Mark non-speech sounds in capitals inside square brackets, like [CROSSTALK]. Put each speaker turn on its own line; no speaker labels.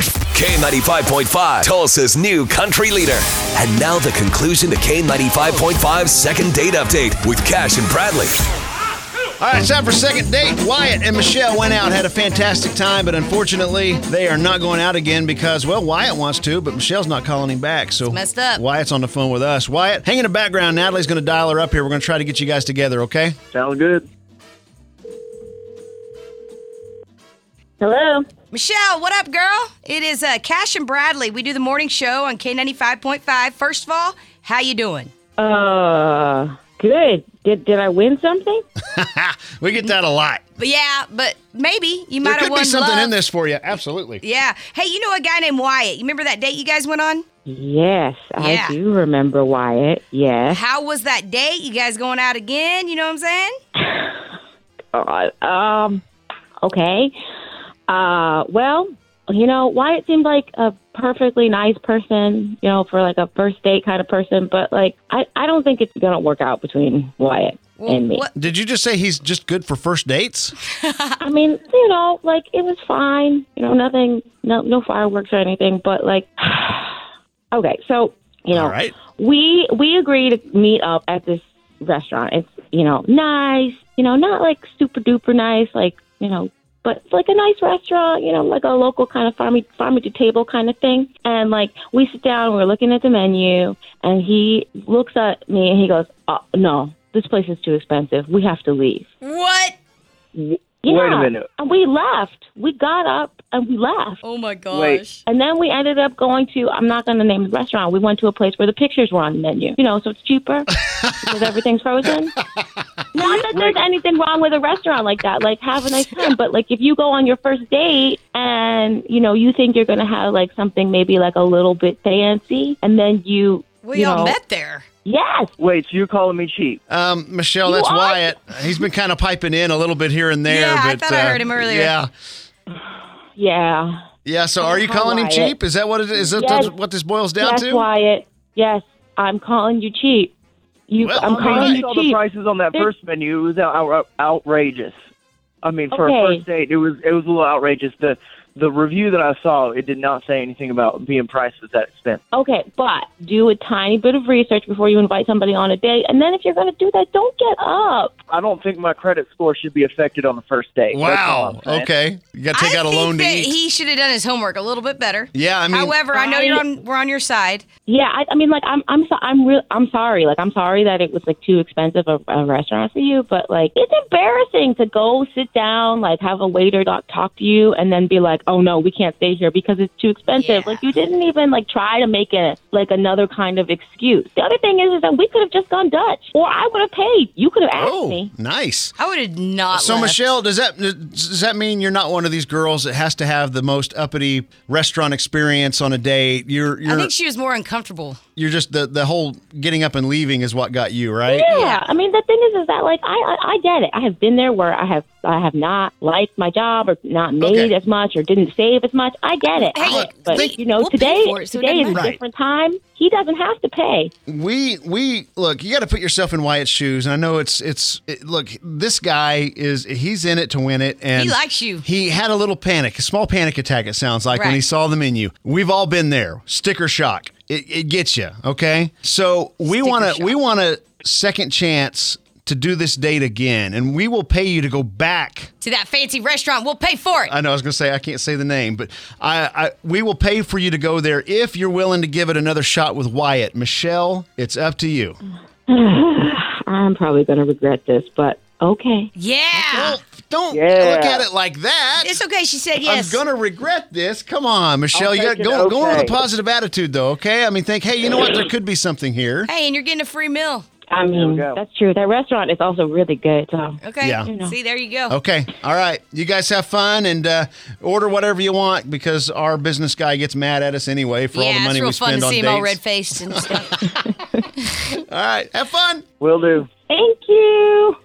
K95.5, Tulsa's new country leader. And now the conclusion to K95.5's second date update with Cash and Bradley.
All right, it's time for second date. Wyatt and Michelle went out, had a fantastic time, but unfortunately, they are not going out again because, well, Wyatt wants to, but Michelle's not calling him back. So
messed up.
Wyatt's on the phone with us. Wyatt, hang in the background. Natalie's going to dial her up here. We're going to try to get you guys together, okay?
Sound good.
Hello.
Michelle, what up, girl? It is uh, Cash and Bradley. We do the morning show on K95.5. First of all, how you doing?
Uh, good. Did did I win something?
We get that a lot.
But yeah, but maybe you might
There
have
could
won
be something
love.
in this for you. Absolutely.
Yeah. Hey, you know a guy named Wyatt. You remember that date you guys went on?
Yes,
Yeah.
I do remember Wyatt. Yes.
How was that date? You guys going out again? You know what I'm saying?
God. Um. Okay. Uh. Well, you know, Wyatt seemed like a perfectly nice person. You know, for like a first date kind of person. But like, I I don't think it's gonna work out between Wyatt and me.
What?
Did you just say he's just good for first dates?
I mean, you know, like it was fine. You know, nothing, no, no fireworks or anything. But like, [SIGHS] okay, so you know,
All right.
we we agree to meet up at this restaurant. It's you know nice, you know, not like super duper nice, like you know, but it's like a nice restaurant, you know, like a local kind of farm farm to table kind of thing. And like we sit down, we're looking at the menu, and he looks at me and he goes, oh, "No, this place is too expensive. We have to leave."
What?
Yeah.
Wait a minute.
And we left. We got up and we left.
Oh my gosh.
And then we ended up going to, I'm not going to name the restaurant. We went to a place where the pictures were on the menu, you know, so it's cheaper
[LAUGHS]
because everything's frozen. Not that there's anything wrong with a restaurant like that. Like, have a nice time. But, like, if you go on your first date and, you know, you think you're going to have, like, something maybe, like, a little bit fancy, and then you,
We
you
all
know,
met there.
Yes.
Wait, so you're calling me cheap?
Um, Michelle, that's
What?
Wyatt. He's been kind of piping in a little bit here and there.
Yeah, I
but,
thought I
uh,
heard him earlier.
Yeah.
Yeah.
Yeah, so are you
Hi,
calling him
Wyatt.
cheap? Is that what it is? That
Yes.
what this boils down
yes,
to?
Wyatt. Yes. I'm calling you cheap. You,
Well,
I'm
all
calling
right.
I
you
saw
cheap.
the prices on that
They're-
first menu. It was out, out, outrageous. I mean, for a
Okay.
first date, it was it was a little outrageous. The the review that I saw, it did not say anything about being priced at that expense.
Okay, but do a tiny bit of research before you invite somebody on a date. And then if you're going to do that, don't get up.
I don't think my credit score should be affected on the first date. That's all
Wow.
I'm saying.
Okay. You got to take
I
out a
think
loan to
that
eat.
he should have done his homework a little bit better.
yeah, I mean,
However, I know you're on. We're on your side.
Yeah, I, I mean, like, I'm, I'm, so, I'm real, I'm sorry. Like, I'm sorry that it was like too expensive a, a restaurant for you, but like, it's embarrassing to go sit down, like, have a waiter talk, talk to you, and then be like, oh no, we can't stay here because it's too expensive.
Yeah.
Like, you didn't even like try to make it like another kind of excuse. The other thing is, is that we could have just gone Dutch, or I would have paid. You could have asked
oh,
me.
nice.
I would have not.
So
left.
Michelle, does that does that mean you're not one of these girls that has to have the most uppity restaurant experience on a date? You're
I
you're
think she was more uncomfortable.
you're just the the whole getting up and leaving is what got you, right?
Yeah, I mean the thing is, is that like I, I I get it. I have been there where I have I have not liked my job or not made
Okay.
as much or didn't save as much. I get it.
Hey,
I-
look,
but
think-
you know
we'll pay
today
for it, so it
today
doesn't
is a
matter.
Right.
different time. He doesn't have to pay. [SIGHS]
we we look you got to put yourself in wyatt's shoes and i know it's it's it, look this guy is he's in it to win it and
He likes you.
he had a little panic a small panic attack it sounds like when
Right.
he saw the menu we've all been there sticker shock it, it gets you okay so we
Sticker
want
shock.
to we want a second chance to do this date again and we will pay you to go back
To that fancy restaurant, we'll pay for it.
I know I was going to say I can't say the name, but I, I we will pay for you to go there if you're willing to give it another shot with Wyatt. Michelle, it's up to you.
I'm probably going to regret this, but okay.
yeah.
Well, don't
Yeah.
look at it like that.
It's okay. She said yes.
I'm gonna regret this. Come on, Michelle. You got
take
go
it
go on with a
okay.
positive attitude though. Okay. I mean, think. Hey, you know what? There could be something here.
Hey, and you're getting a free meal.
I mean,
go.
that's true. That restaurant is also really good. So
Okay.
Yeah.
You know.
See, there you go.
Okay. All right. You guys have fun and uh, order whatever you want because our business guy gets mad at us anyway for
yeah,
all the
it's
money
real
we
fun
spend
to
on
see him
dates.
all red faced and stuff.
All right. Have fun.
Will do.
thank you.